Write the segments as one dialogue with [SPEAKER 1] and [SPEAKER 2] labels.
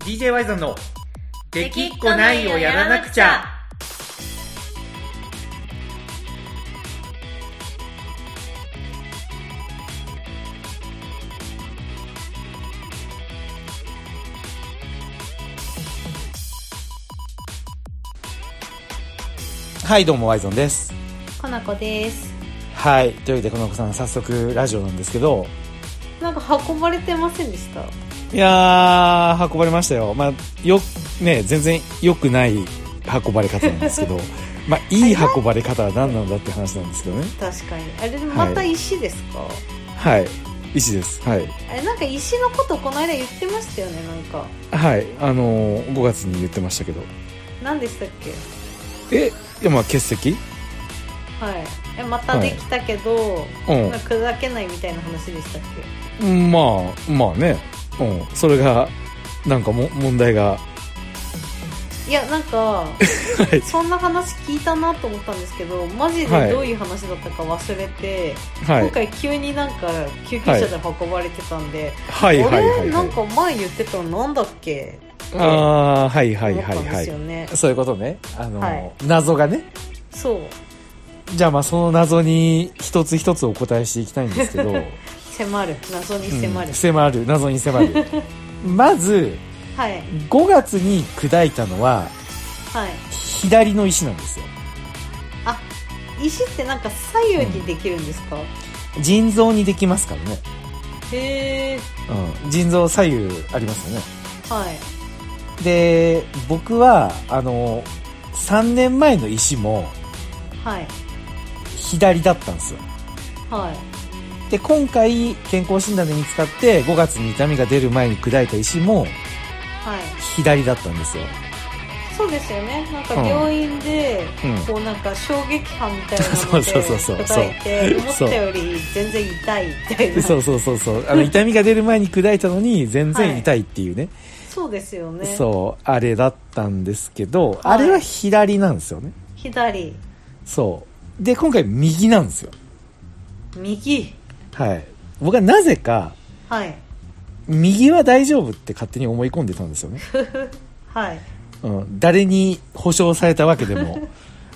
[SPEAKER 1] DJ ワイザンの「できっこないをやらなくちゃ」
[SPEAKER 2] はい、どうも、ワイゾンです。
[SPEAKER 3] かなこです
[SPEAKER 2] はい、というわけで、この子さん、早速、ラジオなんですけど、
[SPEAKER 3] なんか運ばれてませんでした
[SPEAKER 2] いやー、運ばれましたよ。まあ、よ、ね、全然良くない運ばれ方なんですけ ど、まあ、いい運ばれ方は何なんだって話なんですけどね。
[SPEAKER 3] 確かにあれでも
[SPEAKER 2] はい
[SPEAKER 3] また石ですか、
[SPEAKER 2] はい、石です。はい。
[SPEAKER 3] あれなんか石のことこの間言ってましたよねなんか
[SPEAKER 2] はい、あのー、5月に言ってましたけど。
[SPEAKER 3] 何でしたっけ
[SPEAKER 2] え、でもまあ、欠席
[SPEAKER 3] はいえまたできたけど、
[SPEAKER 2] うん
[SPEAKER 3] なんか砕けないみたいな話でしたっけ
[SPEAKER 2] うんまあ、まあね。うん、それが、なんかも、問題が。
[SPEAKER 3] いやなんか
[SPEAKER 2] はい。
[SPEAKER 3] そんな話聞いたなと思ったんですけどマジ
[SPEAKER 2] はい
[SPEAKER 3] でどういう話だったか忘れて、
[SPEAKER 2] はい
[SPEAKER 3] 今。回急になんか救急車で運ばれてたんで、
[SPEAKER 2] はい、はい、
[SPEAKER 3] あ
[SPEAKER 2] は
[SPEAKER 3] れ
[SPEAKER 2] い。
[SPEAKER 3] なんか前言ってたのなんだっけ
[SPEAKER 2] あー、はい、はい、
[SPEAKER 3] 思っ
[SPEAKER 2] は
[SPEAKER 3] たん
[SPEAKER 2] い、
[SPEAKER 3] で
[SPEAKER 2] は
[SPEAKER 3] す
[SPEAKER 2] い
[SPEAKER 3] よ。ね、
[SPEAKER 2] そういうことね。あの、
[SPEAKER 3] はい
[SPEAKER 2] 謎がね。
[SPEAKER 3] そう
[SPEAKER 2] じゃあまあその謎に一つ一つお答えしていきたいんですけど、
[SPEAKER 3] 迫る謎に 迫る、
[SPEAKER 2] うん迫る、謎に迫 る。まず、
[SPEAKER 3] はい
[SPEAKER 2] 5月に砕いたのは
[SPEAKER 3] はい
[SPEAKER 2] 左の石なんですよ。
[SPEAKER 3] あ石ってなんか左右にできるんですか、
[SPEAKER 2] 腎臓にできますからね。
[SPEAKER 3] へえ
[SPEAKER 2] うん。腎臓左右ありますよね。
[SPEAKER 3] はい
[SPEAKER 2] で、僕は、あの、3年前の石も
[SPEAKER 3] はい
[SPEAKER 2] 左だったんですよ。
[SPEAKER 3] はい
[SPEAKER 2] で、今回健康診断で見つかって5月に痛みが出る前に砕いた石も
[SPEAKER 3] はい
[SPEAKER 2] 左だったんですよ。
[SPEAKER 3] そうですよねなんか病院で、
[SPEAKER 2] うん
[SPEAKER 3] こうなんか衝撃波みたいな
[SPEAKER 2] そ
[SPEAKER 3] の
[SPEAKER 2] う
[SPEAKER 3] で
[SPEAKER 2] そうそうそう
[SPEAKER 3] 叩いて思っ
[SPEAKER 2] そう
[SPEAKER 3] たより全然痛いみたいな
[SPEAKER 2] そうそうそうそう。あの、痛みが出る前に砕いたのに、全然痛いっていうね。
[SPEAKER 3] そうですよね
[SPEAKER 2] そう、あれだったんですけど、あれは左なんですよね。
[SPEAKER 3] 左
[SPEAKER 2] そう。で、今回右なんですよ。
[SPEAKER 3] 右
[SPEAKER 2] はい。僕はなぜか、
[SPEAKER 3] はい
[SPEAKER 2] 右は大丈夫って勝手に思い込んでたんですよね。
[SPEAKER 3] はい
[SPEAKER 2] うん。誰に保証されたわけでも、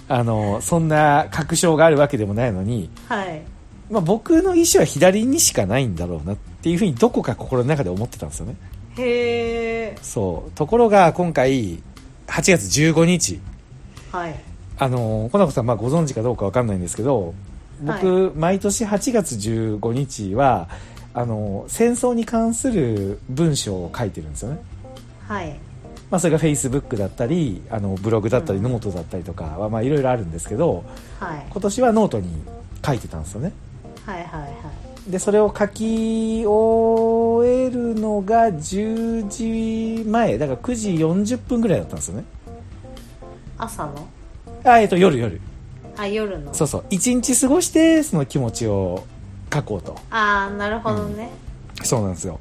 [SPEAKER 2] あの、そんな確証があるわけでもないのに、
[SPEAKER 3] はい
[SPEAKER 2] まあ僕の意思は左にしかないんだろうなっていうふうにどこか心の中で思ってたんですよね。
[SPEAKER 3] へえ
[SPEAKER 2] そう。ところが今回、8月15日、
[SPEAKER 3] はい
[SPEAKER 2] あのー、コナコさん、まあ、ご存知かどうかわかんないんですけど、僕、毎年8月15日は、あのー、戦争に関する文章を書いてるんですよね。
[SPEAKER 3] はい
[SPEAKER 2] まあ、それが Facebook だったり、あの、ブログだったり、
[SPEAKER 3] うん
[SPEAKER 2] ノートだったりとかは、まあ、いろいろあるんですけど、
[SPEAKER 3] はい
[SPEAKER 2] 今年はノートに書いてたんですよね。
[SPEAKER 3] はいはいはい
[SPEAKER 2] で、それを書き終えるのが10時前、だから9時40分ぐらいだったんですよね。
[SPEAKER 3] 朝の
[SPEAKER 2] あ、えっと、夜夜。
[SPEAKER 3] あ夜の
[SPEAKER 2] そうそう。一日過ごして、その気持ちを書こうと。
[SPEAKER 3] ああなるほどね、
[SPEAKER 2] そうなんですよ。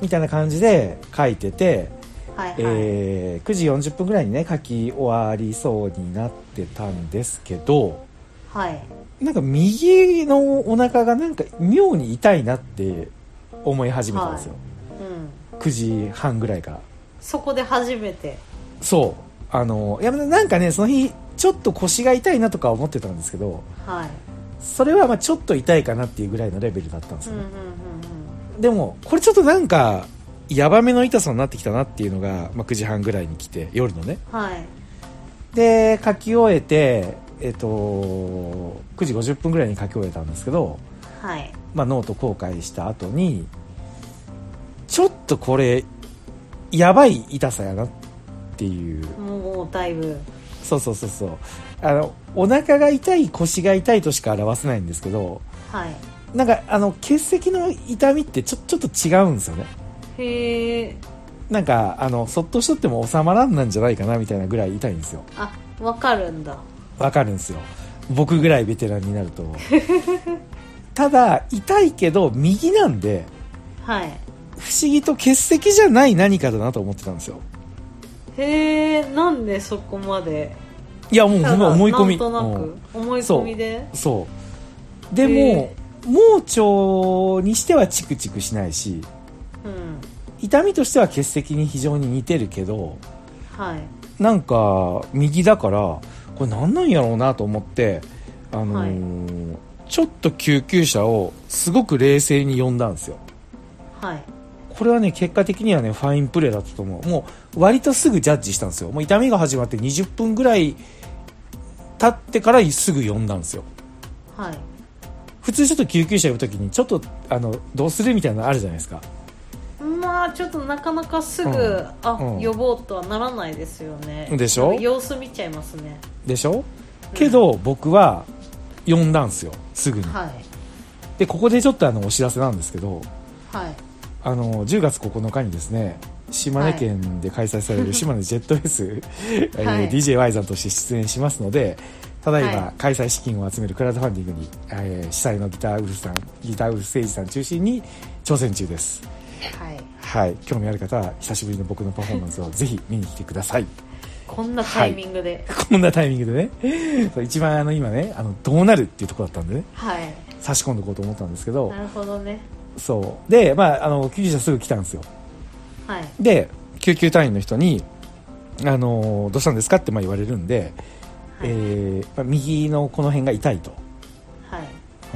[SPEAKER 2] みたいな感じで書いてて、
[SPEAKER 3] はいはい、
[SPEAKER 2] えー9時40分ぐらいにね、書き終わりそうになってたんですけど、
[SPEAKER 3] はい
[SPEAKER 2] なんか右のお腹がなんか妙に痛いなって思い始めたんですよ。
[SPEAKER 3] うん
[SPEAKER 2] 9時半ぐらいから。
[SPEAKER 3] そこで初めて
[SPEAKER 2] そう。あの、いや、なんかね、その日、ちょっと腰が痛いなとか思ってたんですけど、
[SPEAKER 3] はい
[SPEAKER 2] それはまあちょっと痛いかなっていうぐらいのレベルだったんです
[SPEAKER 3] う
[SPEAKER 2] よ
[SPEAKER 3] んう
[SPEAKER 2] ね
[SPEAKER 3] んうんうん
[SPEAKER 2] でもこれちょっとなんかやばめの痛さになってきたなっていうのが、まあ、9時半ぐらいに来て夜のね
[SPEAKER 3] はい
[SPEAKER 2] で書き終えてえっと9時50分ぐらいに書き終えたんですけど、
[SPEAKER 3] はい
[SPEAKER 2] まあ、ノート公開した後にちょっとこれやばい痛さやなっていう
[SPEAKER 3] もうだいぶ
[SPEAKER 2] そうそうそうそうあのお腹が痛い腰が痛いとしか表せないんですけど
[SPEAKER 3] はい
[SPEAKER 2] なんかあの血石の痛みってちょちょっと違うんですよね
[SPEAKER 3] へえ
[SPEAKER 2] なんか、あの、そっとしとっても収まらんなんじゃないかなみたいなぐらい痛いんですよ。
[SPEAKER 3] あわかるんだ
[SPEAKER 2] わかるんですよ。僕ぐらいベテランになる と。ただ、痛いけど、右なんで、
[SPEAKER 3] はい
[SPEAKER 2] 不思議と欠石じゃない何かだなと思ってたんですよ。
[SPEAKER 3] へえなんでそこまで
[SPEAKER 2] いや、もうほんま思い込み。
[SPEAKER 3] なんとなく思い込みで
[SPEAKER 2] うんそう。でも、盲腸にしてはチクチクしないし、
[SPEAKER 3] うん
[SPEAKER 2] 痛みとしては欠席に非常に似てるけど
[SPEAKER 3] はい
[SPEAKER 2] なんか右だからこれ何なんやろうなと思って、あのーちょっと救急車をすごく冷静に呼んだんですよ
[SPEAKER 3] はい
[SPEAKER 2] これはね結果的にはねファインプレーだったと思うもう割とすぐジャッジしたんですよもう痛みが始まって20分ぐらい経ってからすぐ呼んだんですよ
[SPEAKER 3] はい
[SPEAKER 2] 普通ちょっと救急車呼ぶときにちょっとあのどうするみたいなのあるじゃないですか
[SPEAKER 3] まあちょっとなかなかすぐ、
[SPEAKER 2] うん
[SPEAKER 3] あ、
[SPEAKER 2] うん
[SPEAKER 3] 呼ぼうとはならないですよね
[SPEAKER 2] でしょ
[SPEAKER 3] なんか様子見ちゃいますね
[SPEAKER 2] でしょけど、僕は呼んだんですよすぐに、
[SPEAKER 3] はい
[SPEAKER 2] でここでちょっとあのお知らせなんですけど
[SPEAKER 3] はい
[SPEAKER 2] あの10月9日にですね島根県で開催される島根ジェットフェス、えー
[SPEAKER 3] はい
[SPEAKER 2] DJY さんとして出演しますのでただい
[SPEAKER 3] は
[SPEAKER 2] ま
[SPEAKER 3] い
[SPEAKER 2] 開催資金を集めるクラウドファンディングに、えー主催のギターウルフさんギターウルフ誠司さん中心に挑戦中です
[SPEAKER 3] はい
[SPEAKER 2] はい興味ある方は久しぶりの僕のパフォーマンスをぜひ見に来てください
[SPEAKER 3] こんなタイミングで
[SPEAKER 2] こんなタイミングでねそう一番あの今ねあのどうなるっていうところだったんでね
[SPEAKER 3] はい、
[SPEAKER 2] 差し込んでいこうと思ったんですけど
[SPEAKER 3] なるほどね
[SPEAKER 2] そうでまああの救急車すぐ来たんですよ
[SPEAKER 3] はい
[SPEAKER 2] で救急隊員の人に「あのーどうしたんですか?」ってまあ言われるんで、
[SPEAKER 3] はい、
[SPEAKER 2] えーまあ、右のこの辺が痛いと、
[SPEAKER 3] はい
[SPEAKER 2] う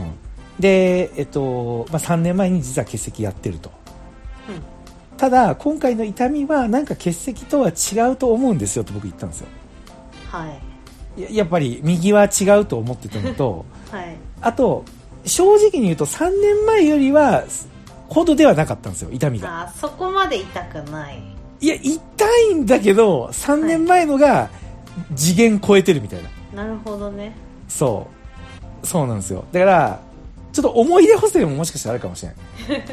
[SPEAKER 2] んで、えっとまあ、3年前に実は欠席やってると
[SPEAKER 3] うん
[SPEAKER 2] ただ今回の痛みはなんか欠席とは違うと思うんですよと僕言ったんですよ
[SPEAKER 3] はい
[SPEAKER 2] ややっぱり右は違うと思ってたの と
[SPEAKER 3] はい
[SPEAKER 2] あと正直に言うと3年前よりはほどではなかったんですよ痛みが
[SPEAKER 3] あそこまで痛くない
[SPEAKER 2] いや痛いんだけど3年前のが次元超えてるみたいな
[SPEAKER 3] なるほどね
[SPEAKER 2] そうそうなんですよだからちょっと思い出補正ももしかしたらあるかもし れない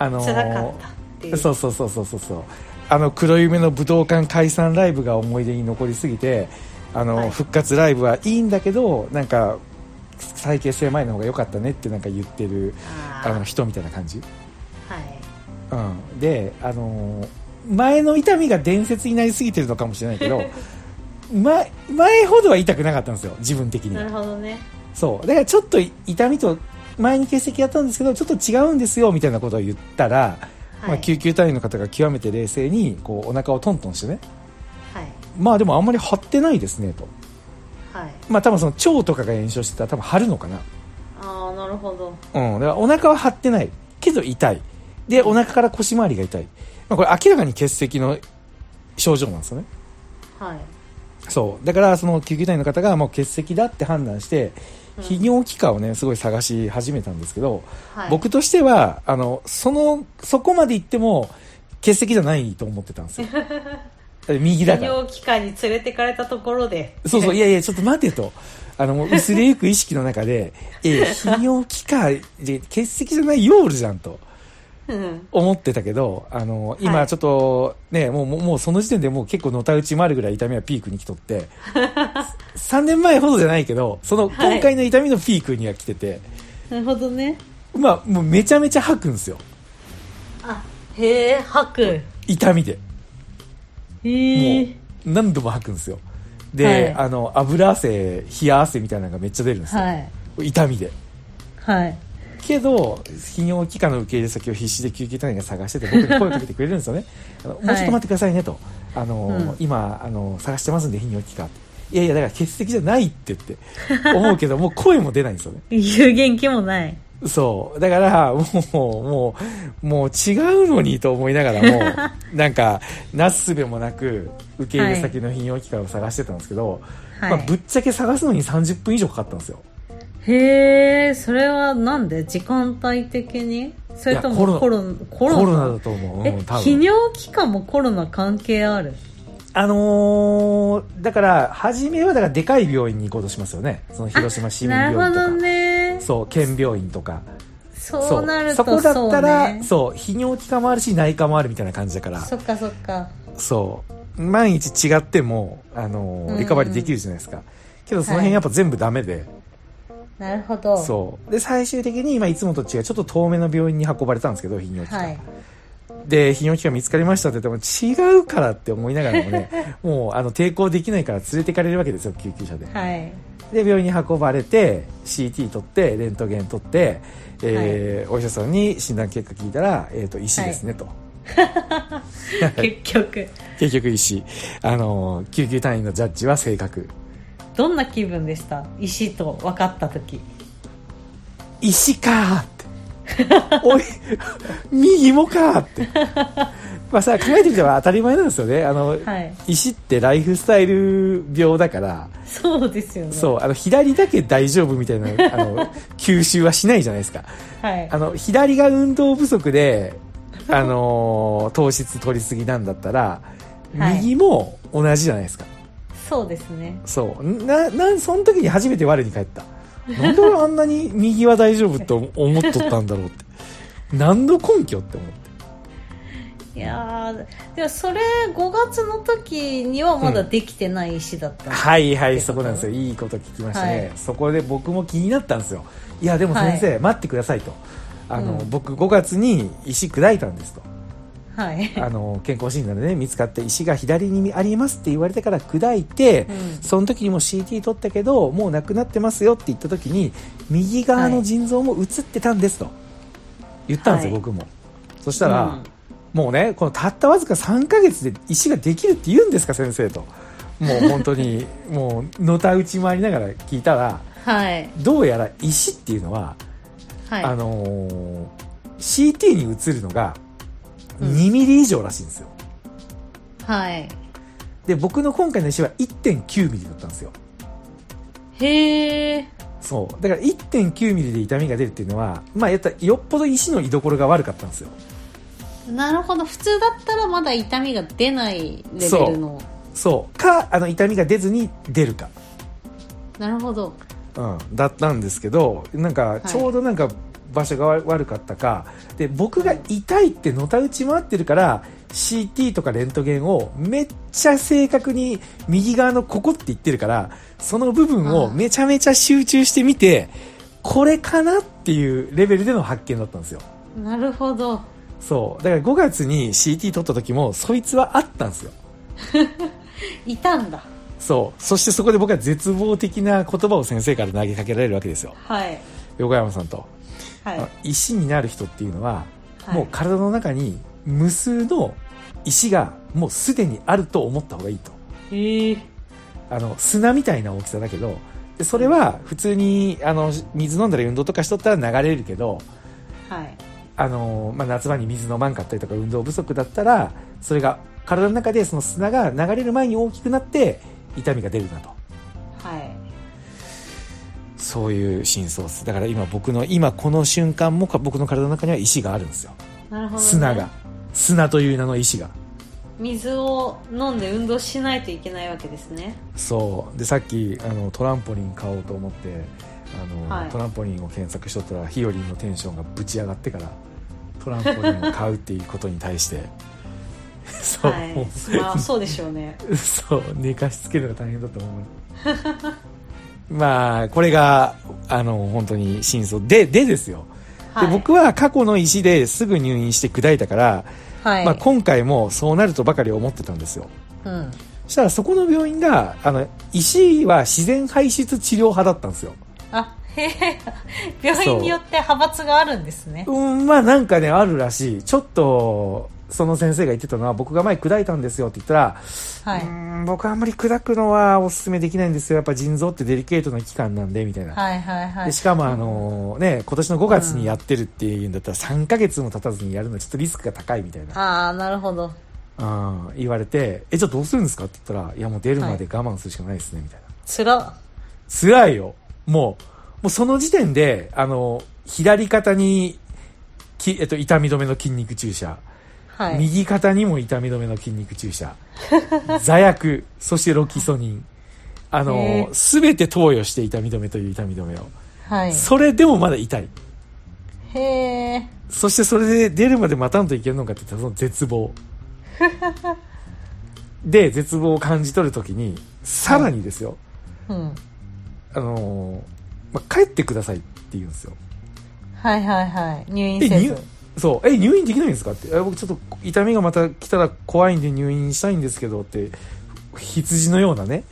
[SPEAKER 2] あのー
[SPEAKER 3] 辛かったっていう
[SPEAKER 2] そうそうそうそうそうそうあの黒夢の武道館解散ライブが思い出に残りすぎてあの、
[SPEAKER 3] はい
[SPEAKER 2] 復活ライブはいいんだけどなんか再結成前の方が良かったねってなんか言ってる
[SPEAKER 3] あ
[SPEAKER 2] あ
[SPEAKER 3] ー
[SPEAKER 2] の人みたいな感じ、
[SPEAKER 3] はい
[SPEAKER 2] うん、であのー前の痛みが伝説になりすぎてるのかもしれないけ ど前前ほどは痛くなかったんですよ自分的には
[SPEAKER 3] なるほどね
[SPEAKER 2] そう。だからちょっと痛みと、前に欠席やったんですけど、ちょっと違うんですよ、みたいなことを言ったら、
[SPEAKER 3] はい、
[SPEAKER 2] まあ救急隊員の方が極めて冷静に、こう、お腹をトントンしてね、
[SPEAKER 3] はい
[SPEAKER 2] まあでもあんまり張ってないですね、と。
[SPEAKER 3] はい
[SPEAKER 2] まあ多分その腸とかが炎症してたら多分張るのかな。
[SPEAKER 3] ああなるほど
[SPEAKER 2] うん。だからお腹は張ってない。けど痛い。で、お腹から腰回りが痛い。まあこれ明らかに欠席の症状なんですよね。
[SPEAKER 3] はい
[SPEAKER 2] そう。だからその救急隊員の方がもう欠席だって判断して、
[SPEAKER 3] うん
[SPEAKER 2] 泌尿器科をね、すごい探し始めたんですけど、
[SPEAKER 3] はい
[SPEAKER 2] 僕としてはあのそのそこまで行っても欠席じゃないと思ってたん ですよ右だ
[SPEAKER 3] 医
[SPEAKER 2] から
[SPEAKER 3] 療機関に連れてかれたところで
[SPEAKER 2] そうそういやいやちょっと待てとあのもう薄れゆく意識の中 で「ええ泌尿器科で欠席じゃないよおるじゃん」と
[SPEAKER 3] うん
[SPEAKER 2] 思ってたけどあの
[SPEAKER 3] は
[SPEAKER 2] 今
[SPEAKER 3] い
[SPEAKER 2] ちょっとね、もうもうもうその時点でもう結構のたうちるぐらい痛みはピークに来とって 3年前ほどじゃないけどその今回の痛みのピークには来てて、
[SPEAKER 3] なるほどね
[SPEAKER 2] まあもうめちゃめちゃ吐くんですよ
[SPEAKER 3] あへえ吐くへ
[SPEAKER 2] 痛みで。もう
[SPEAKER 3] え
[SPEAKER 2] 何度も吐くんですよで、
[SPEAKER 3] はい
[SPEAKER 2] あの油汗冷や汗みたいなのがめっちゃ出るんですよ、
[SPEAKER 3] はい
[SPEAKER 2] 痛みで
[SPEAKER 3] はい
[SPEAKER 2] けど泌尿器科の受け入れ先を必死で救急隊員が探してて僕に声をかけてくれるんですよねあのもうちょっと待ってくださいねと、あの
[SPEAKER 3] うん今
[SPEAKER 2] 今あの探してますんで泌尿器科いやいやだから欠席じゃないって言って思うけどもう声も出ないんですよね
[SPEAKER 3] 言う元気もない
[SPEAKER 2] そうだからもうもうもう違うのにと思いなが らもなんかなすすべもなく受け入れ先の泌尿器科を探してたんですけど、
[SPEAKER 3] はい
[SPEAKER 2] まあ、ぶっちゃけ探すのに30分以上かかったんですよ
[SPEAKER 3] へえそれはなんで時間帯的にそれと
[SPEAKER 2] いやコロ
[SPEAKER 3] も
[SPEAKER 2] ナ
[SPEAKER 3] コロナコ
[SPEAKER 2] コ
[SPEAKER 3] ロ
[SPEAKER 2] ロ
[SPEAKER 3] ナ
[SPEAKER 2] ナだと思う、
[SPEAKER 3] え
[SPEAKER 2] うん、多
[SPEAKER 3] 泌
[SPEAKER 2] 分
[SPEAKER 3] 尿器科もコロナ関係ある
[SPEAKER 2] あのーだから初めはだからでかい病院に行こうとしますよねその広島市民
[SPEAKER 3] な
[SPEAKER 2] 病院
[SPEAKER 3] る
[SPEAKER 2] と
[SPEAKER 3] ほ
[SPEAKER 2] か
[SPEAKER 3] どね
[SPEAKER 2] そう県病院とか
[SPEAKER 3] そうなる
[SPEAKER 2] そ
[SPEAKER 3] と
[SPEAKER 2] こだったら
[SPEAKER 3] そうね
[SPEAKER 2] そう泌尿器科もあるし内科もあるみたいな感じだから
[SPEAKER 3] そっかそっか
[SPEAKER 2] そう万一違ってもあの
[SPEAKER 3] うん
[SPEAKER 2] リカバリーできるじゃないですか、けどその
[SPEAKER 3] はい
[SPEAKER 2] 辺やっぱ全部ダメで、
[SPEAKER 3] なるほど
[SPEAKER 2] そうで最終的に今いつもと違うちょっと遠めの病院に運ばれたんですけど泌尿器科、
[SPEAKER 3] はい
[SPEAKER 2] で泌尿器科見つかりましたって言っても違うからって思いながらも ねもうあの抵抗できないから連れてかれるわけですよ救急車で、
[SPEAKER 3] はい
[SPEAKER 2] で病院に運ばれて CT 取ってレントゲン取って、えーお医者さんに診断結果聞いたら、えー、と石ですねと、
[SPEAKER 3] 結局
[SPEAKER 2] 結局石あの救急隊員のジャッジは正確
[SPEAKER 3] どんな気分でした石と分かった時
[SPEAKER 2] 石か ーっておい右もかーってまあさ考えてみたら当たり前なんですよねあの、
[SPEAKER 3] はい
[SPEAKER 2] 石ってライフスタイル病だから
[SPEAKER 3] そうですよね
[SPEAKER 2] そうあの左だけ大丈夫み たいなあの吸収はしないじゃないですか
[SPEAKER 3] はい
[SPEAKER 2] あの左が運動不足 で、あのー糖質取りすぎなんだったら、
[SPEAKER 3] はい
[SPEAKER 2] 右も同じじゃないですか
[SPEAKER 3] そうですね
[SPEAKER 2] そうななその時に初めて我に返ったなんで俺あんなに右は大丈夫と思っとったんだろうって何の根拠って思って
[SPEAKER 3] いやーでもそれ5月の時にはまだできてない石だった、
[SPEAKER 2] はいはい
[SPEAKER 3] って
[SPEAKER 2] そ
[SPEAKER 3] こと
[SPEAKER 2] こなんですよいいこと聞きましたね、
[SPEAKER 3] はい
[SPEAKER 2] そこで僕も気になったんですよいやでも先生、
[SPEAKER 3] は
[SPEAKER 2] 待ってくださいとあの、
[SPEAKER 3] うん
[SPEAKER 2] 僕5月に石砕いたんですと
[SPEAKER 3] はい
[SPEAKER 2] あの健康診断でね見つかった石が左にありますって言われてから砕いて、
[SPEAKER 3] うん
[SPEAKER 2] その時にも CT 取ったけどもうなくなってますよって言った時に右側の腎臓も映ってたんですと言ったんですよ、
[SPEAKER 3] はい
[SPEAKER 2] 僕もそしたら、
[SPEAKER 3] うん
[SPEAKER 2] もうねこのたったわずか3ヶ月で石ができるって言うんですか先生ともう本当 にもうのたうち回りながら聞いたら
[SPEAKER 3] はい
[SPEAKER 2] どうやら石っていうのは、
[SPEAKER 3] はい
[SPEAKER 2] あのー CT に映るのが
[SPEAKER 3] うん
[SPEAKER 2] 2ミリ以上らしいんですよ、
[SPEAKER 3] はい
[SPEAKER 2] で僕の今回の石は1.9ミリだったんですよ
[SPEAKER 3] へえ
[SPEAKER 2] そうだから1.9ミリで痛みが出るっていうのはまあやったらよっぽど石の居所が悪かったんですよ
[SPEAKER 3] なるほど普通だったらまだ痛みが出ないレベルの
[SPEAKER 2] そうかあの痛みが出ずに出るか
[SPEAKER 3] なるほど
[SPEAKER 2] うん、だったんですけどなんか
[SPEAKER 3] い
[SPEAKER 2] ちょうどなんか場所がわ悪かったかで僕が痛いってのたうち回ってるから CT とかレントゲンをめっちゃ正確に右側のここって言ってるからその部分を
[SPEAKER 3] あー
[SPEAKER 2] めちゃめちゃ集中してみてこれかなっていうレベルでの発見だったんですよ
[SPEAKER 3] なるほど
[SPEAKER 2] そうだから5月に CT 取った時もそいつはあったんですよ
[SPEAKER 3] いたんだ
[SPEAKER 2] そうそしてそこで僕は絶望的な言葉を先生から投げかけられるわけですよ
[SPEAKER 3] はい
[SPEAKER 2] 横山さんと
[SPEAKER 3] はい
[SPEAKER 2] あ石になる人っていうのは、
[SPEAKER 3] はい
[SPEAKER 2] もう体の中に無数の石がもうすでにあると思った方がいいと
[SPEAKER 3] ええ
[SPEAKER 2] あの砂みたいな大きさだけどでそれは普通にあの水飲んだり運動とかしとったら流れるけど
[SPEAKER 3] はい
[SPEAKER 2] あの、まあ、夏場に水飲まんかったりとか運動不足だったらそれが体の中でその砂が流れる前に大きくなって痛みが出るなと
[SPEAKER 3] はい
[SPEAKER 2] そういう真相ですだから今僕の今この瞬間もか僕の体の中には石があるんですよ
[SPEAKER 3] なるほど、ね、
[SPEAKER 2] 砂が砂という名の石が
[SPEAKER 3] 水を飲んで運動しないといけないわけですね
[SPEAKER 2] そうでさっきあのトランポリン買おうと思ってあの、
[SPEAKER 3] はい
[SPEAKER 2] トランポリンを検索しとったらひよりんのテンションがぶち上がってからトランポリンを買うっていうことに対して そう、も
[SPEAKER 3] はいまあそうでしょうね
[SPEAKER 2] うそう寝かしつけるのが大変だと思う まあこれがあの本当に真相ででですよ、
[SPEAKER 3] はい
[SPEAKER 2] で僕は過去の石ですぐ入院して砕いたから、
[SPEAKER 3] はい、
[SPEAKER 2] まあ、今回もそうなるとばかり思ってたんですよ
[SPEAKER 3] うん
[SPEAKER 2] そしたらそこの病院があの石は自然排出治療派だったんですよ
[SPEAKER 3] あへえ病院によって派閥があるんですね
[SPEAKER 2] うんまあなんかねあるらしいちょっとその先生が言ってたのは僕が前砕いたんですよって言ったら、
[SPEAKER 3] は
[SPEAKER 2] う
[SPEAKER 3] い
[SPEAKER 2] ーん僕あんまり砕くのはおすすめできないんですよやっぱ腎臓ってデリケートな器官なんでみたいな、
[SPEAKER 3] はいはいは
[SPEAKER 2] で
[SPEAKER 3] い
[SPEAKER 2] しかもあのね今年の5月にやってるっていうんだったら3ヶ月も経たずにやるのはちょっとリスクが高いみたいな
[SPEAKER 3] ああなるほど
[SPEAKER 2] うん言われてえじゃあどうするんですかって言ったらいやもう出るまで我慢するしかないですねみたいな
[SPEAKER 3] つら
[SPEAKER 2] 辛いよ。もう、もうその時点で、あの、左肩に、きえっと、痛み止めの筋肉注射、
[SPEAKER 3] はい
[SPEAKER 2] 右肩にも痛み止めの筋肉注射、 座薬、そしてロキソニン。あ
[SPEAKER 3] へ
[SPEAKER 2] の
[SPEAKER 3] え、
[SPEAKER 2] すべて投与して痛み止めという痛み止めを。
[SPEAKER 3] はい
[SPEAKER 2] それでもまだ痛い。
[SPEAKER 3] へえ
[SPEAKER 2] そしてそれで出るまで待たんといけんのかって言ったらその絶 望。で、絶望を感じ取るときに、さらにですよ、
[SPEAKER 3] うん
[SPEAKER 2] あのーまあ、帰ってくださいって言うんですよ。
[SPEAKER 3] はいはいはい入院
[SPEAKER 2] え
[SPEAKER 3] せ
[SPEAKER 2] 入
[SPEAKER 3] ず
[SPEAKER 2] そうえ入院できないんですかってえ僕ちょっと痛みがまた来たら怖いんで入院したいんですけどって羊のような ね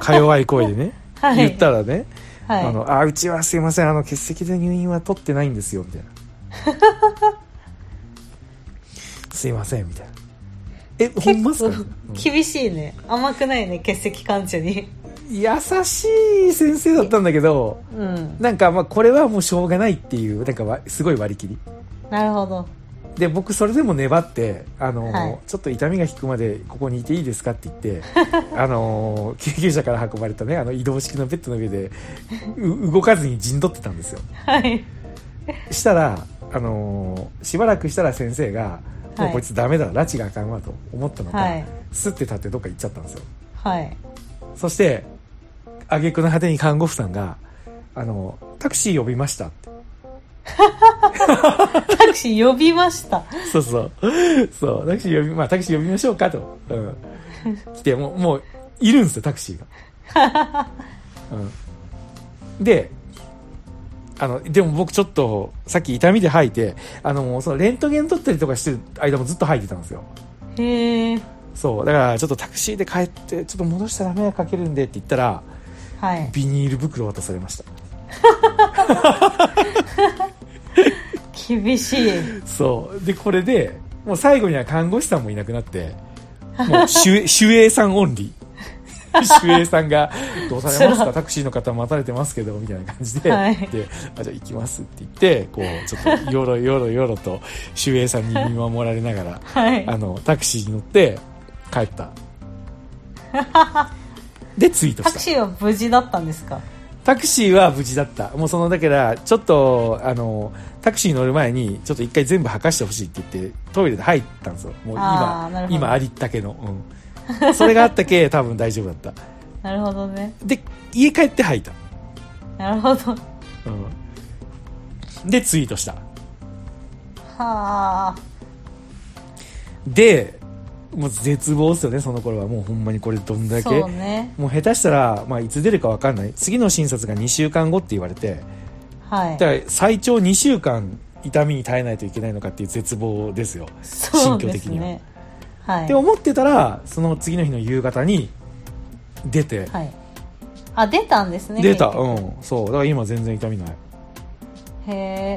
[SPEAKER 2] か弱い声でね、
[SPEAKER 3] はい
[SPEAKER 2] 言ったらね、
[SPEAKER 3] はい
[SPEAKER 2] あのあうちはすいませんあの欠 席で入院は取ってないんですよみたいなすすいませんみたいなえほんまっすか、
[SPEAKER 3] 結
[SPEAKER 2] うん
[SPEAKER 3] 構厳しいね甘くないね欠席感謝に
[SPEAKER 2] 優しい先生だったんだけど
[SPEAKER 3] うん
[SPEAKER 2] なんかまあこれはもうしょうがないっていうなんかわすごい割り切り
[SPEAKER 3] なるほど
[SPEAKER 2] で僕それでも粘ってあの、
[SPEAKER 3] はい
[SPEAKER 2] ちょっと痛みが引くまでここにいていいですかって言って あの救急車から運ばれたねあの移動式のベッドの上でう動かずに陣取ってたんですよ
[SPEAKER 3] はい
[SPEAKER 2] したらあのしばらくしたら先生が「
[SPEAKER 3] はい
[SPEAKER 2] もうこいつダメだ拉致があかんわ」と思ったのか、
[SPEAKER 3] はい
[SPEAKER 2] スッて立ってどっか行っちゃったんですよ
[SPEAKER 3] はい
[SPEAKER 2] そして挙句の果てに看護婦さんが「あのタクシー呼びました」って
[SPEAKER 3] タクシー呼びました
[SPEAKER 2] そうそう。そう。タクシー呼び、まあタクシー呼びましょうかと。うん。来て、もう、もう、いるんですよ、タクシーが。うん。で、あの、でも僕ちょっと、さっき痛みで吐いて、あの、そのレントゲン撮ったりとかしてる間もずっと吐いてたんですよ。
[SPEAKER 3] へえ
[SPEAKER 2] そう。だから、ちょっとタクシーで帰って、ちょっと戻したら迷惑かけるんでって言ったら、
[SPEAKER 3] はい
[SPEAKER 2] ビニール袋渡されました。
[SPEAKER 3] 厳しい
[SPEAKER 2] そう。で、これで、もう最後には看護師さんもいなくな って、もう守衛、守衛さんオンリー。守衛さんが、どうされます
[SPEAKER 3] 辛
[SPEAKER 2] かタクシーの方待たれてますけど、みたいな感じで、
[SPEAKER 3] はい
[SPEAKER 2] で、あ、じゃあ行きますって言って、こう、ちょっと、よろよろよろと、守衛さんに見守られながら、
[SPEAKER 3] はい
[SPEAKER 2] あの、タクシーに乗って、帰 った。で、ツイート
[SPEAKER 3] タ
[SPEAKER 2] し
[SPEAKER 3] ク
[SPEAKER 2] た。
[SPEAKER 3] シーは無事だったんですか
[SPEAKER 2] タクシーは無事だった。もうその、だから、ちょっと、あの、タクシーに乗る前に、ちょっと一回全部吐かしてほしいって言って、トイレで入ったんですよ。もう
[SPEAKER 3] あ
[SPEAKER 2] 今
[SPEAKER 3] ーなる、ほど
[SPEAKER 2] 今ありったけの。うん。それがあったけ、多 分大丈夫だった。
[SPEAKER 3] なるほどね
[SPEAKER 2] で、家帰って吐いた。
[SPEAKER 3] なるほどは
[SPEAKER 2] うん。で、ツイートした。
[SPEAKER 3] あ
[SPEAKER 2] で、もう絶望っすよね、その頃は。もうほんまにこれどんだけ。
[SPEAKER 3] そうね
[SPEAKER 2] もう下手したら、まあ、いつ出るかわかんない。次の診察が2週間後って言われて、
[SPEAKER 3] はい
[SPEAKER 2] だから最長2週間痛みに耐えないといけないのかっていう絶望ですよ
[SPEAKER 3] そう
[SPEAKER 2] 心境
[SPEAKER 3] で
[SPEAKER 2] 的
[SPEAKER 3] す
[SPEAKER 2] には。
[SPEAKER 3] ねはい
[SPEAKER 2] って思ってたらその次の日の夕方に出て、
[SPEAKER 3] はいあ出たんですね
[SPEAKER 2] 出た
[SPEAKER 3] 結局
[SPEAKER 2] うんそうだから今全然痛みない
[SPEAKER 3] へ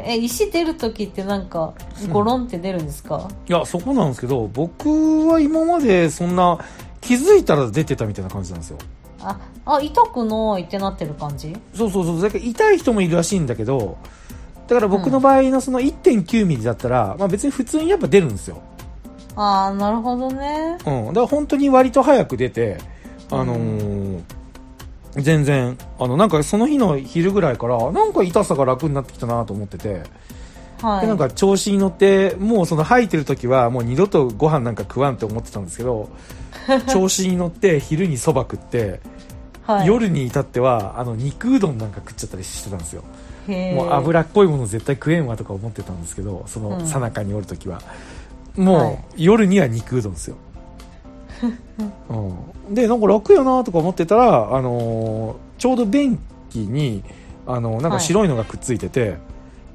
[SPEAKER 3] ええ石出る時ってなんかゴロンって出るんですか、
[SPEAKER 2] いやそこなんですけど僕は今までそんな気づいたら出てたみたいな感じなんですよ
[SPEAKER 3] ああ痛くないってなってる感じ
[SPEAKER 2] そうそうそうだから痛い人もいるらしいんだけどだから僕の場合のその1.9ミリだったら、まあ別に普通にやっぱ出るんですよ
[SPEAKER 3] ああなるほどね
[SPEAKER 2] うん、だから本当に割と早く出て、あのー全然あのなんかその日の昼ぐらいからなんか痛さが楽になってきたなと思ってて、
[SPEAKER 3] はい
[SPEAKER 2] でなんか調子に乗ってもうその吐いてる時はもう二度とご飯なんか食わんって思ってたんですけ ど調子に乗って昼にそば食って、
[SPEAKER 3] はい、
[SPEAKER 2] 夜に至ってはあの肉うどんなんか食っちゃったりしてたんですよ。
[SPEAKER 3] へー
[SPEAKER 2] もう脂っこいもの絶対食えんわとか思ってたんですけどそうの
[SPEAKER 3] ん
[SPEAKER 2] 最中におる時は、
[SPEAKER 3] は
[SPEAKER 2] も
[SPEAKER 3] いう
[SPEAKER 2] 夜には肉うどん ですよ、うん、でなんか楽やなとか思ってたら、あのーちょうど便器に、あのーなんか白いのがくっついてて、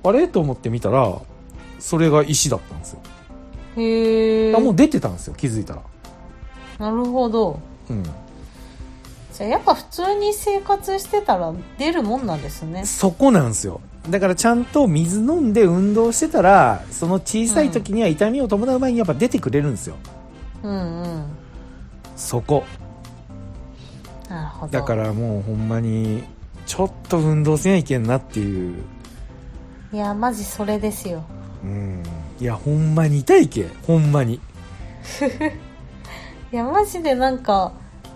[SPEAKER 2] あれと思って見たらそれが石だったんですよ、
[SPEAKER 3] へえ
[SPEAKER 2] あもう出てたんですよ気づいたら
[SPEAKER 3] なるほど
[SPEAKER 2] うん
[SPEAKER 3] じゃあやっぱ普通に生活してたら出るもんなんですね
[SPEAKER 2] そこなんですよだからちゃんと水飲んで運動してたらその小さい時には痛みを伴う前にやっぱ出てくれるんですよ、
[SPEAKER 3] うんうん
[SPEAKER 2] そこ
[SPEAKER 3] なるほど
[SPEAKER 2] だからもうほんまにちょっと運動せないけんなっていう、
[SPEAKER 3] いやマジそれですよ
[SPEAKER 2] うん、いやほんまに痛いけほんまに、
[SPEAKER 3] いやマジでなんか、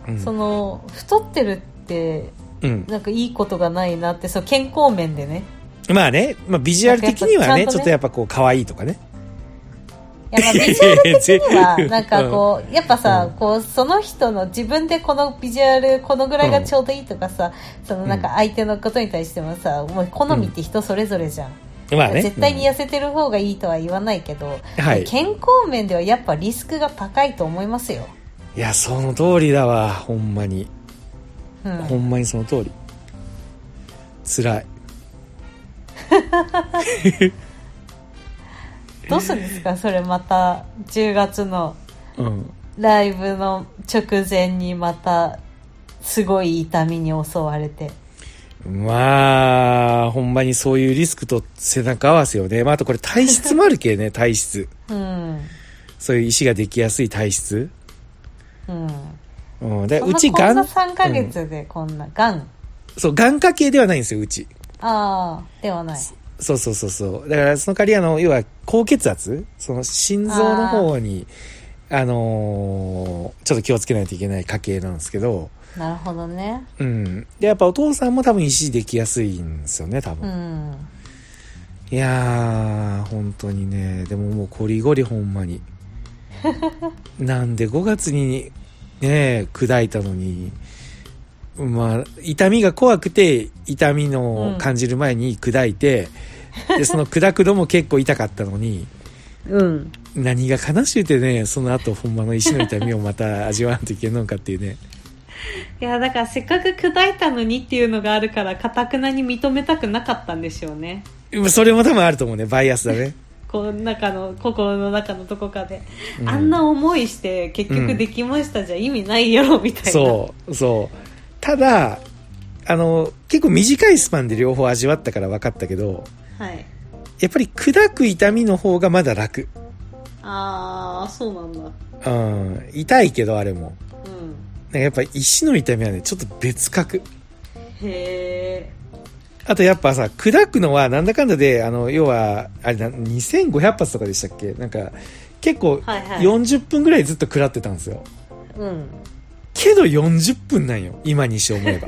[SPEAKER 2] うん、
[SPEAKER 3] その太ってるって
[SPEAKER 2] うん、
[SPEAKER 3] なんかいいことがないなってそう健康面でね
[SPEAKER 2] まあね、まあ、ビジュアル的には
[SPEAKER 3] なんか
[SPEAKER 2] ね
[SPEAKER 3] やっぱち
[SPEAKER 2] ち
[SPEAKER 3] ゃんとね
[SPEAKER 2] ょっとやっぱこう可愛いとかね
[SPEAKER 3] いや まあビジュアル的にはなんかこうやっぱさ、こうその人の自分でこのビジュアルこのぐらいがちょうどいいとかさ、そのなんか相手のことに対してもさもう好みって人それぞれじゃん、
[SPEAKER 2] まあね
[SPEAKER 3] 絶対に痩せてる方がいいとは言わないけど、
[SPEAKER 2] うんはいい
[SPEAKER 3] 健康面ではやっぱリスクが高いと思いますよ、
[SPEAKER 2] やその通りだわほんまに
[SPEAKER 3] うん、
[SPEAKER 2] ほんまにその通り辛い
[SPEAKER 3] どうするんですかそれまた10月の
[SPEAKER 2] うん
[SPEAKER 3] ライブの直前にまたすごい痛みに襲われて
[SPEAKER 2] まあほんまにそういうリスクと背中合わせよねまああとこれ体質もあるけね体質
[SPEAKER 3] うん
[SPEAKER 2] そういう石ができやすい体質。
[SPEAKER 3] うん
[SPEAKER 2] うん、で
[SPEAKER 3] そん
[SPEAKER 2] う
[SPEAKER 3] な
[SPEAKER 2] ち
[SPEAKER 3] こ
[SPEAKER 2] が、
[SPEAKER 3] んなん3ヶ月でこんながん
[SPEAKER 2] そう、眼科系ではないんですよ、うち。
[SPEAKER 3] ああではない
[SPEAKER 2] そうそうそうそう。だから、その代わり、あの、要は、高血圧その、心臓の方に、あのーちょっと気をつけないといけない家系なんですけど、
[SPEAKER 3] なるほどね
[SPEAKER 2] うん。で、やっぱお父さんも多分石できやすいんですよね、多
[SPEAKER 3] う
[SPEAKER 2] 分。
[SPEAKER 3] ん
[SPEAKER 2] いやー、本当にね、でももうこりごりほんま に。なんで5月にね、砕いたのに、まあ、痛みが怖くて、痛みの
[SPEAKER 3] うん
[SPEAKER 2] 感じる前に砕いて、で、その砕くのも結構痛かったのに、
[SPEAKER 3] うん
[SPEAKER 2] 何が悲しゅうてね、その後ほんまの石の痛みをまた味わわんといけんのかっていうね。
[SPEAKER 3] いやだからせっかく砕いたのにっていうのがあるからかたくなに認めたくなかったんでしょうね
[SPEAKER 2] それも多分あると思うね、バイアスだね。
[SPEAKER 3] こう中の心の中のどこかで、
[SPEAKER 2] うん
[SPEAKER 3] あんな思いして結局できましたじゃ意味ないやろみたいな
[SPEAKER 2] そうそうただあの結構短いスパンで両方味わったから分かったけど
[SPEAKER 3] はい
[SPEAKER 2] やっぱり砕く痛みの方がまだ楽、
[SPEAKER 3] ああそうなんだ
[SPEAKER 2] うん、痛いけどあれも
[SPEAKER 3] うん
[SPEAKER 2] なんかやっぱ石の痛みはねちょっと別格
[SPEAKER 3] へえ
[SPEAKER 2] あとやっぱさ砕くのはなんだかんだであの要はあれな2500発とかでしたっけなんか結構
[SPEAKER 3] はいはい
[SPEAKER 2] 40分ぐらいずっと食らってたんですよ、
[SPEAKER 3] うん
[SPEAKER 2] けど40分なんよ今にして思 えば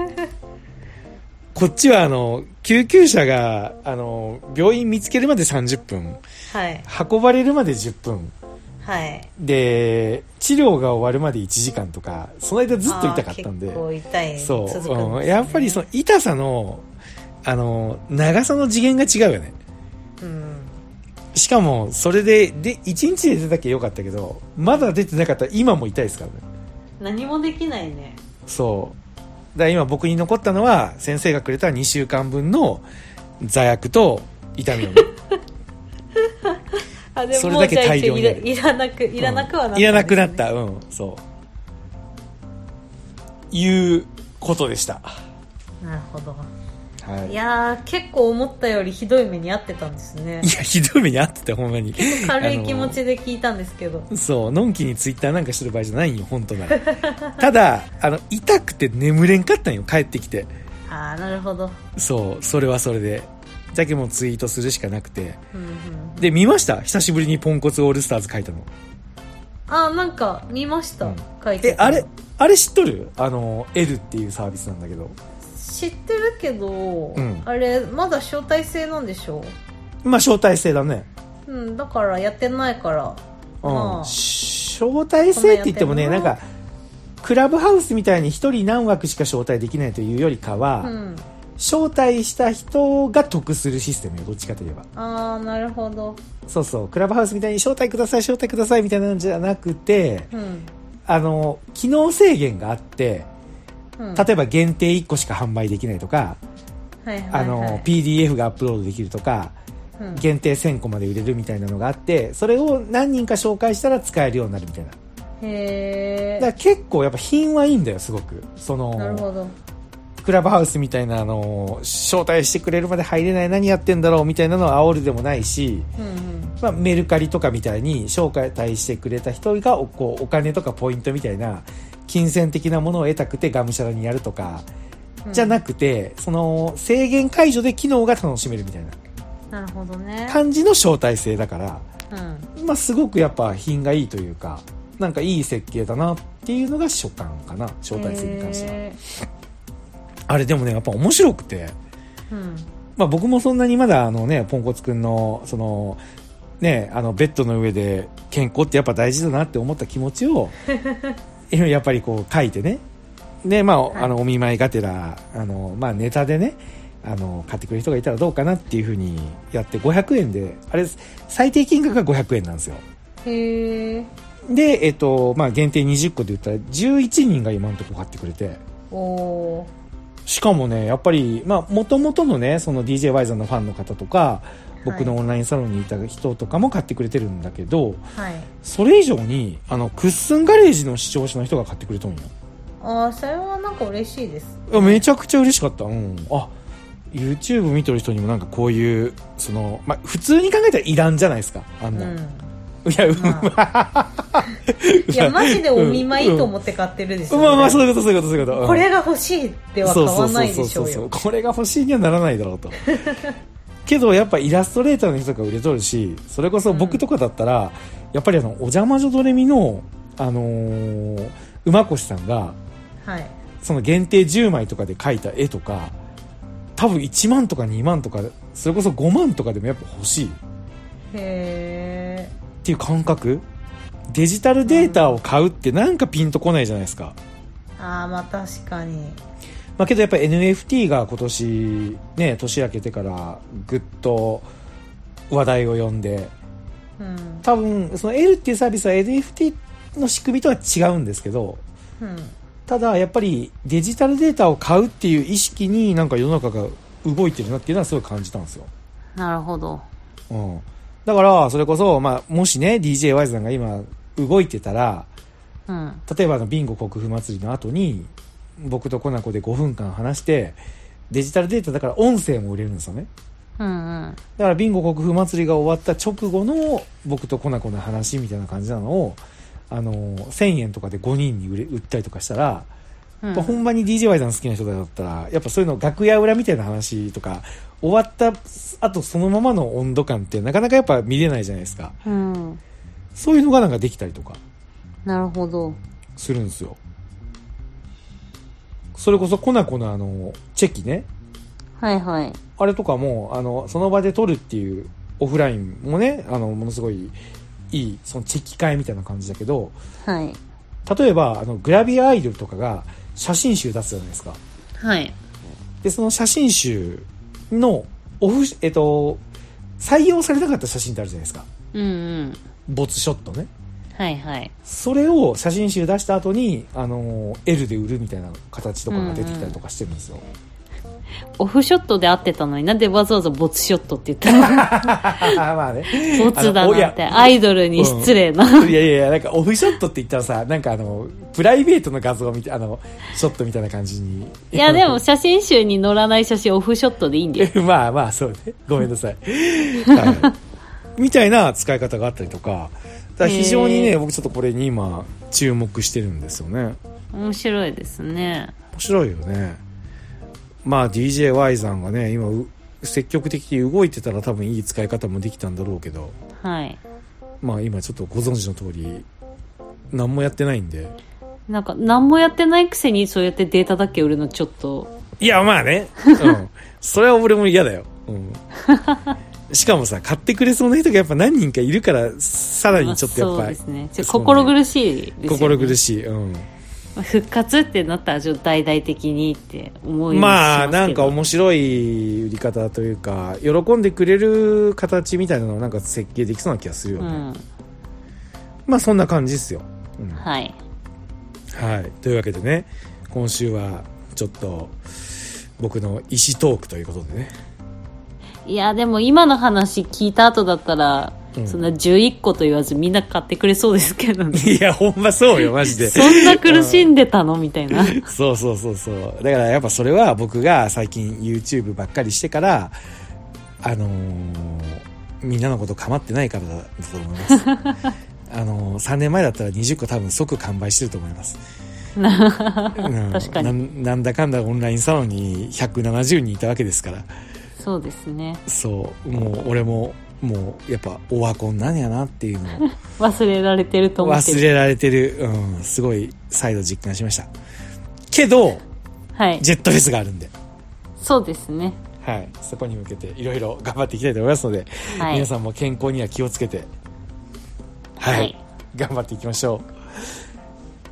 [SPEAKER 2] こっちはあの救急車があの病院見つけるまで30分
[SPEAKER 3] はい
[SPEAKER 2] 運ばれるまで10分
[SPEAKER 3] はい
[SPEAKER 2] で治療が終わるまで1時間とかその間ずっと痛かったん
[SPEAKER 3] あー
[SPEAKER 2] で
[SPEAKER 3] 結構痛い
[SPEAKER 2] そう
[SPEAKER 3] 続くんですね
[SPEAKER 2] うんやっぱりその痛さのあの長さの次元が違うよね
[SPEAKER 3] うん
[SPEAKER 2] しかもそれでで1日で出たけよかったけどまだ出てなかったら今も痛いですからね
[SPEAKER 3] 何もできないね
[SPEAKER 2] そう。だから今僕に残ったのは、先生がくれた2週間分の罪悪と痛みを ね。
[SPEAKER 3] あでも
[SPEAKER 2] それだけ
[SPEAKER 3] もうじゃあ
[SPEAKER 2] 大量に
[SPEAKER 3] 一応いらいらなくいらなくはなったんですね、
[SPEAKER 2] いらなくなった。うん、そう。いうことでした。
[SPEAKER 3] なるほど
[SPEAKER 2] はい。
[SPEAKER 3] い
[SPEAKER 2] いや、
[SPEAKER 3] やー結構思ったよりひどい目に遭ってたんですね
[SPEAKER 2] ひどい目にあってた、ほんまに。
[SPEAKER 3] 軽い気持ちで聞いたんですけど
[SPEAKER 2] そう、のんきにツイッターなんかしてる場合じゃないんよ、本当なら。ただ、あの、痛くて眠れんかったんよ、帰ってきて。
[SPEAKER 3] ああなるほど、
[SPEAKER 2] そう、それはそれで。だけどもうツイートするしかなくて。
[SPEAKER 3] うんうん、
[SPEAKER 2] で、見ました久しぶりにポンコツオールスターズ書いたの。
[SPEAKER 3] あーなんか見ました、
[SPEAKER 2] うん
[SPEAKER 3] 書いて
[SPEAKER 2] え
[SPEAKER 3] た
[SPEAKER 2] あれあれ知っとるあの L っていうサービスなんだけど
[SPEAKER 3] 知ってるけど、
[SPEAKER 2] ん
[SPEAKER 3] あれまだ招待制なんでしょ
[SPEAKER 2] まあ招待制だね
[SPEAKER 3] う、うん、だからやってないから
[SPEAKER 2] うん
[SPEAKER 3] ああ
[SPEAKER 2] 招待制って言ってもね
[SPEAKER 3] そん
[SPEAKER 2] な
[SPEAKER 3] なんんやってんの
[SPEAKER 2] かクラブハウスみたいに一人何枠しか招待できないというよりかは、
[SPEAKER 3] うん
[SPEAKER 2] 招待した人が得するシステムよどっちかといえば
[SPEAKER 3] ああなるほど
[SPEAKER 2] そうそうクラブハウスみたいに招待ください招待くださいみたいなんじゃなくて
[SPEAKER 3] うん
[SPEAKER 2] あの機能制限があって
[SPEAKER 3] うん
[SPEAKER 2] 例えば限定1個しか販売できないとか、
[SPEAKER 3] はいはいはい
[SPEAKER 2] あの PDF がアップロードできるとか
[SPEAKER 3] うん
[SPEAKER 2] 限定1000個まで売れるみたいなのがあってそれを何人か紹介したら使えるようになるみたいなだか
[SPEAKER 3] へ
[SPEAKER 2] ら
[SPEAKER 3] え
[SPEAKER 2] 結構やっぱ品はいいんだよすごくそ
[SPEAKER 3] なるほ
[SPEAKER 2] の
[SPEAKER 3] ど
[SPEAKER 2] クラブハウスみたいなあの招待してくれるまで入れない何やってんだろうみたいなのは煽るでもないし、
[SPEAKER 3] うんうん
[SPEAKER 2] まあ、メルカリとかみたいに紹介してくれた人がおこうお金とかポイントみたいな金銭的なものを得たくてがむしゃらにやるとか
[SPEAKER 3] うん
[SPEAKER 2] じゃなくて、その制限解除で機能が楽しめるみたいな
[SPEAKER 3] なるほどね
[SPEAKER 2] 感じの招待制だから
[SPEAKER 3] うん
[SPEAKER 2] まあ、すごくやっぱ品がいいというか、なんかいい設計だなっていうのが初感かな、招待制に関しては。
[SPEAKER 3] へ
[SPEAKER 2] あれでもね、やっぱ面白くて、
[SPEAKER 3] ーうん
[SPEAKER 2] まあ僕もそんなにまだあのね、ポンコツくんの、その、ね、あのベッドの上で健康ってやっぱ大事だなって思った気持ちを、やっぱりこう書いてね。で、まあ、あの、お見舞いがてら、あの、まあネタでね、あの、買ってくれる人がいたらどうかなっていうふうにやって500円で、あれ、最低金額が500円なんですよ。
[SPEAKER 3] へえ
[SPEAKER 2] で、えっと、まあ、限定20個で言ったら、11人が今のところ買ってくれて、
[SPEAKER 3] おお
[SPEAKER 2] しかもね、やっぱり、まあ、もともとのね、その DJ ワイザーのファンの方とか、僕のオンラインサロンにいた人とかも買ってくれてるんだけど、
[SPEAKER 3] ーはい
[SPEAKER 2] それ以上に、あの、クッスンガレージの視聴者の人が買ってくれたんよ。
[SPEAKER 3] ああそれはなんか嬉しいです
[SPEAKER 2] いやめちゃくちゃ嬉しかった。うん。あ、YouTube 見てる人にもなんかこういう、その、まあ、普通に考えたらいらんじゃないですか、あ
[SPEAKER 3] うん
[SPEAKER 2] な。
[SPEAKER 3] ん
[SPEAKER 2] いや、うん、まあ、
[SPEAKER 3] いやマジでお見舞いと思って買ってるでしょ、
[SPEAKER 2] まあまあ、そういうこと、そういうこと、そういうこと。うん
[SPEAKER 3] これが欲しいでは買わないでしょうよ
[SPEAKER 2] これが欲しいにはならないだろうと けどやっぱイラストレーターの人が売れとるしそれこそ僕とかだったら、やっぱりあのお邪魔女ドレミの、あのー馬越さんが
[SPEAKER 3] はい
[SPEAKER 2] その限定10枚とかで描いた絵とか多分1万とか2万とかそれこそ5万とかでもやっぱ欲しいっ
[SPEAKER 3] へ
[SPEAKER 2] ていう感覚デジタルデータを買うってなんかピンとこないじゃないですか、
[SPEAKER 3] えああまあ確かに
[SPEAKER 2] まあ、けどやっぱり NFT が今年ね年明けてからぐっと話題を呼んで
[SPEAKER 3] うん
[SPEAKER 2] 多分その L っていうサービスは NFT の仕組みとは違うんですけど
[SPEAKER 3] うん
[SPEAKER 2] ただやっぱりデジタルデータを買うっていう意識になんか世の中が動いてるなっていうのはすごい感じたんですよ、
[SPEAKER 3] なるほど
[SPEAKER 2] うん、だからそれこそ、まあ、もしね DJY さんが今動いてたら
[SPEAKER 3] うん
[SPEAKER 2] 例えばあのビンゴ国府祭りの後に僕とコナコで5分間話してデジタルデータだから音声も売れるんですよね
[SPEAKER 3] うんうん
[SPEAKER 2] だからビンゴ国府祭りが終わった直後の僕とコナコの話みたいな感じなのを、あのー、1000円とかで5人に売れ売ったりとかしたら、
[SPEAKER 3] う
[SPEAKER 2] やっ
[SPEAKER 3] ん
[SPEAKER 2] ぱほんまに DJY さん好きな人だったら、やっぱそういうの楽屋裏みたいな話とか、終わった後そのままの温度感ってなかなかやっぱ見れないじゃないですか。
[SPEAKER 3] うん
[SPEAKER 2] そういうのがなんかできたりとか
[SPEAKER 3] なるほど
[SPEAKER 2] するんですよ。それこそコナコのあの、チェキね。
[SPEAKER 3] はいはい
[SPEAKER 2] あれとかも、あの、その場で撮るっていうオフラインもね、あの、ものすごいいい、そのチェキ会みたいな感じだけど、
[SPEAKER 3] はい
[SPEAKER 2] 例えば、あの、グラビアアイドルとかが写真集出すじゃないですか。
[SPEAKER 3] はい
[SPEAKER 2] で、その写真集の、オフ、えっと、採用されなかった写真ってあるじゃないですか。
[SPEAKER 3] うんうん
[SPEAKER 2] ボツショットね。
[SPEAKER 3] はいはい
[SPEAKER 2] それを写真集出した後に、あの、L で売るみたいな形とかが出てきたりとかしてるんですよ。
[SPEAKER 3] オフショットで合ってたのになんでわざわざボツショットって言ったの
[SPEAKER 2] まあね。
[SPEAKER 3] ボツだ
[SPEAKER 2] あのい
[SPEAKER 3] な
[SPEAKER 2] や
[SPEAKER 3] ってアイドルに失礼な、
[SPEAKER 2] いやいやいや、なんかオフショットって言ったらさ、なんかあの、プライベートの画像みたい、あの、ショットみたいな感じに。
[SPEAKER 3] いやでも写真集に載らない写真オフショットでいいんだよ
[SPEAKER 2] まあまあ、そうね。ごめんなさい。はい、みたいな使い方があったりとか、だから非常に
[SPEAKER 3] へ
[SPEAKER 2] ね、僕ちょっとこれに今、注目してるんですよね。
[SPEAKER 3] 面白いですね
[SPEAKER 2] 面白いよね。まあ、DJY さんがね、今、う積極的に動いてたら多分いい使い方もできたんだろうけど、
[SPEAKER 3] はい
[SPEAKER 2] まあ今ちょっとご存知の通り、何もやってないんで。
[SPEAKER 3] なんか何もやってないくせにそうやってデータだけ売るのちょっと
[SPEAKER 2] いや、まあね。うん。それは俺も嫌だよ。 うん。しかもさ、買ってくれそうな人がやっぱ何人かいるから、さらにちょっとやっ
[SPEAKER 3] まあ
[SPEAKER 2] ぱ、
[SPEAKER 3] そうですねちょ
[SPEAKER 2] そうね
[SPEAKER 3] 心苦しいですよね
[SPEAKER 2] 心苦しい。うん。
[SPEAKER 3] まあ復活ってなったらちょっと大々的にって思います
[SPEAKER 2] まあ、なんか
[SPEAKER 3] 思
[SPEAKER 2] 面白い売り方というか、喜んでくれる形みたいなのをなんか設計できそうな気がするよ
[SPEAKER 3] う
[SPEAKER 2] ね。
[SPEAKER 3] ん
[SPEAKER 2] まあ、そんな感じですよ。うん
[SPEAKER 3] はい
[SPEAKER 2] はい。というわけでね、今週はちょっと、僕の意思トークということでね。
[SPEAKER 3] いやでも今の話聞いた後だったら、そんな11個と言わずみんな買ってくれそうですけどね
[SPEAKER 2] いや、ほんまそうよ、マジで。
[SPEAKER 3] そんな苦しんでたのみたいな
[SPEAKER 2] そうそうそうそう。だからやっぱそれは僕が最近 YouTube ばっかりしてから、あのーみんなのこと構ってないからだと思います。 あのー、3年前だったら20個多分即完売してると思い ます。うん
[SPEAKER 3] 確かに
[SPEAKER 2] なん。なんだかんだオンラインサロンに170人いたわけですから。
[SPEAKER 3] そうですね
[SPEAKER 2] そう、もう俺も、もうやっぱオワコンなんやなっていうのを。
[SPEAKER 3] 忘れられて ると思ってる
[SPEAKER 2] 忘れられてる。うん、すごい再度実感しました。けど、
[SPEAKER 3] はい
[SPEAKER 2] ジェットフェスがあるんで。
[SPEAKER 3] そうですね
[SPEAKER 2] はい、そこに向けていろいろ頑張っていきたいと思いますので、
[SPEAKER 3] はい
[SPEAKER 2] 皆さんも健康には気をつけて、はい、
[SPEAKER 3] はい
[SPEAKER 2] 頑張っていきましょう。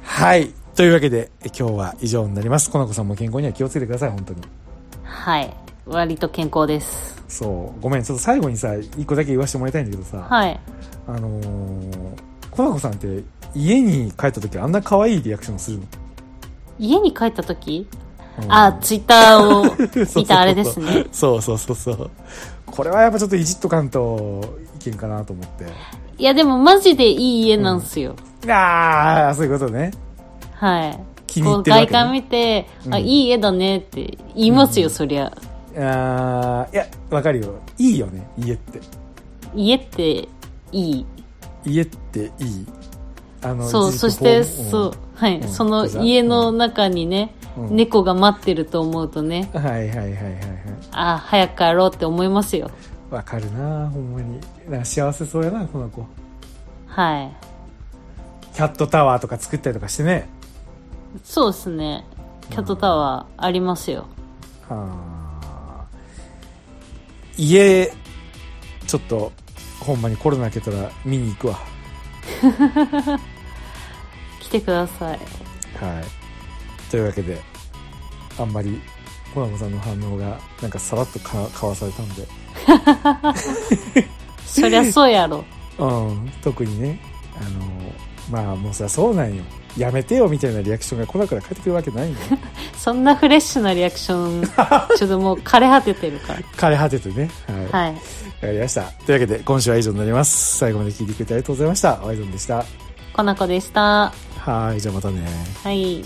[SPEAKER 2] はい、というわけでえ今日は以上になります。コナコさんも健康には気をつけてください、本当に。
[SPEAKER 3] はい割と健康です
[SPEAKER 2] そう、ごめん、ちょっと最後にさ、一個だけ言わせてもらいたいんだけどさ、
[SPEAKER 3] はい
[SPEAKER 2] あのー、コナコさんって家に帰った時あんな可愛いリアクションするの、
[SPEAKER 3] 家に帰った時
[SPEAKER 2] うん
[SPEAKER 3] あ、ツイッターを
[SPEAKER 2] そうそうそう
[SPEAKER 3] 見たあれですね。
[SPEAKER 2] そうそうそうそう。これはやっぱちょっといじっとかんといけんかなと思って。
[SPEAKER 3] いや、でもマジでいい家なんすよ。
[SPEAKER 2] ああ、そういうことね。
[SPEAKER 3] はい。
[SPEAKER 2] 気に入ってるわけね
[SPEAKER 3] こう外観見て、あ、
[SPEAKER 2] うん
[SPEAKER 3] いい家だねって言いますよ、そりゃ。
[SPEAKER 2] あーいや、わかるよ。いいよね、家って。
[SPEAKER 3] 家っていい。
[SPEAKER 2] 家っていいあの
[SPEAKER 3] そう
[SPEAKER 2] ずっと
[SPEAKER 3] そして、
[SPEAKER 2] 訪
[SPEAKER 3] そう
[SPEAKER 2] 問
[SPEAKER 3] はい、
[SPEAKER 2] うん
[SPEAKER 3] その家の中にね、
[SPEAKER 2] うん
[SPEAKER 3] 猫が待ってると思うとね
[SPEAKER 2] うんはいはいはいはいはい
[SPEAKER 3] ああ早く帰ろうって思いますよ
[SPEAKER 2] わかるなほんまになんか幸せそうやなこの子
[SPEAKER 3] はい
[SPEAKER 2] キャットタワーとか作ったりとかしてね
[SPEAKER 3] そうですねキャットタワーありますよ、
[SPEAKER 2] はあ家ちょっとほんまにコロナ明けたら見に行くわ
[SPEAKER 3] 来てください
[SPEAKER 2] はいというわけであんまりコナモさんの反応がなんかさらっとかかわされたんで
[SPEAKER 3] そりゃそう やろ
[SPEAKER 2] うん特にねあのまあもうさそうなんよやめてよみたいなリアクションが来なくら返ってくるわけないん よ
[SPEAKER 3] そんなフレッシュなリアクションちょっともう枯れ果ててるか
[SPEAKER 2] 枯れ果ててねはい、
[SPEAKER 3] らはい
[SPEAKER 2] わかりましたというわけで今週は以上になります最後まで聞いてくれてありがとうございましたワイドンでした
[SPEAKER 3] コナコでした
[SPEAKER 2] はいじゃあまたね
[SPEAKER 3] はい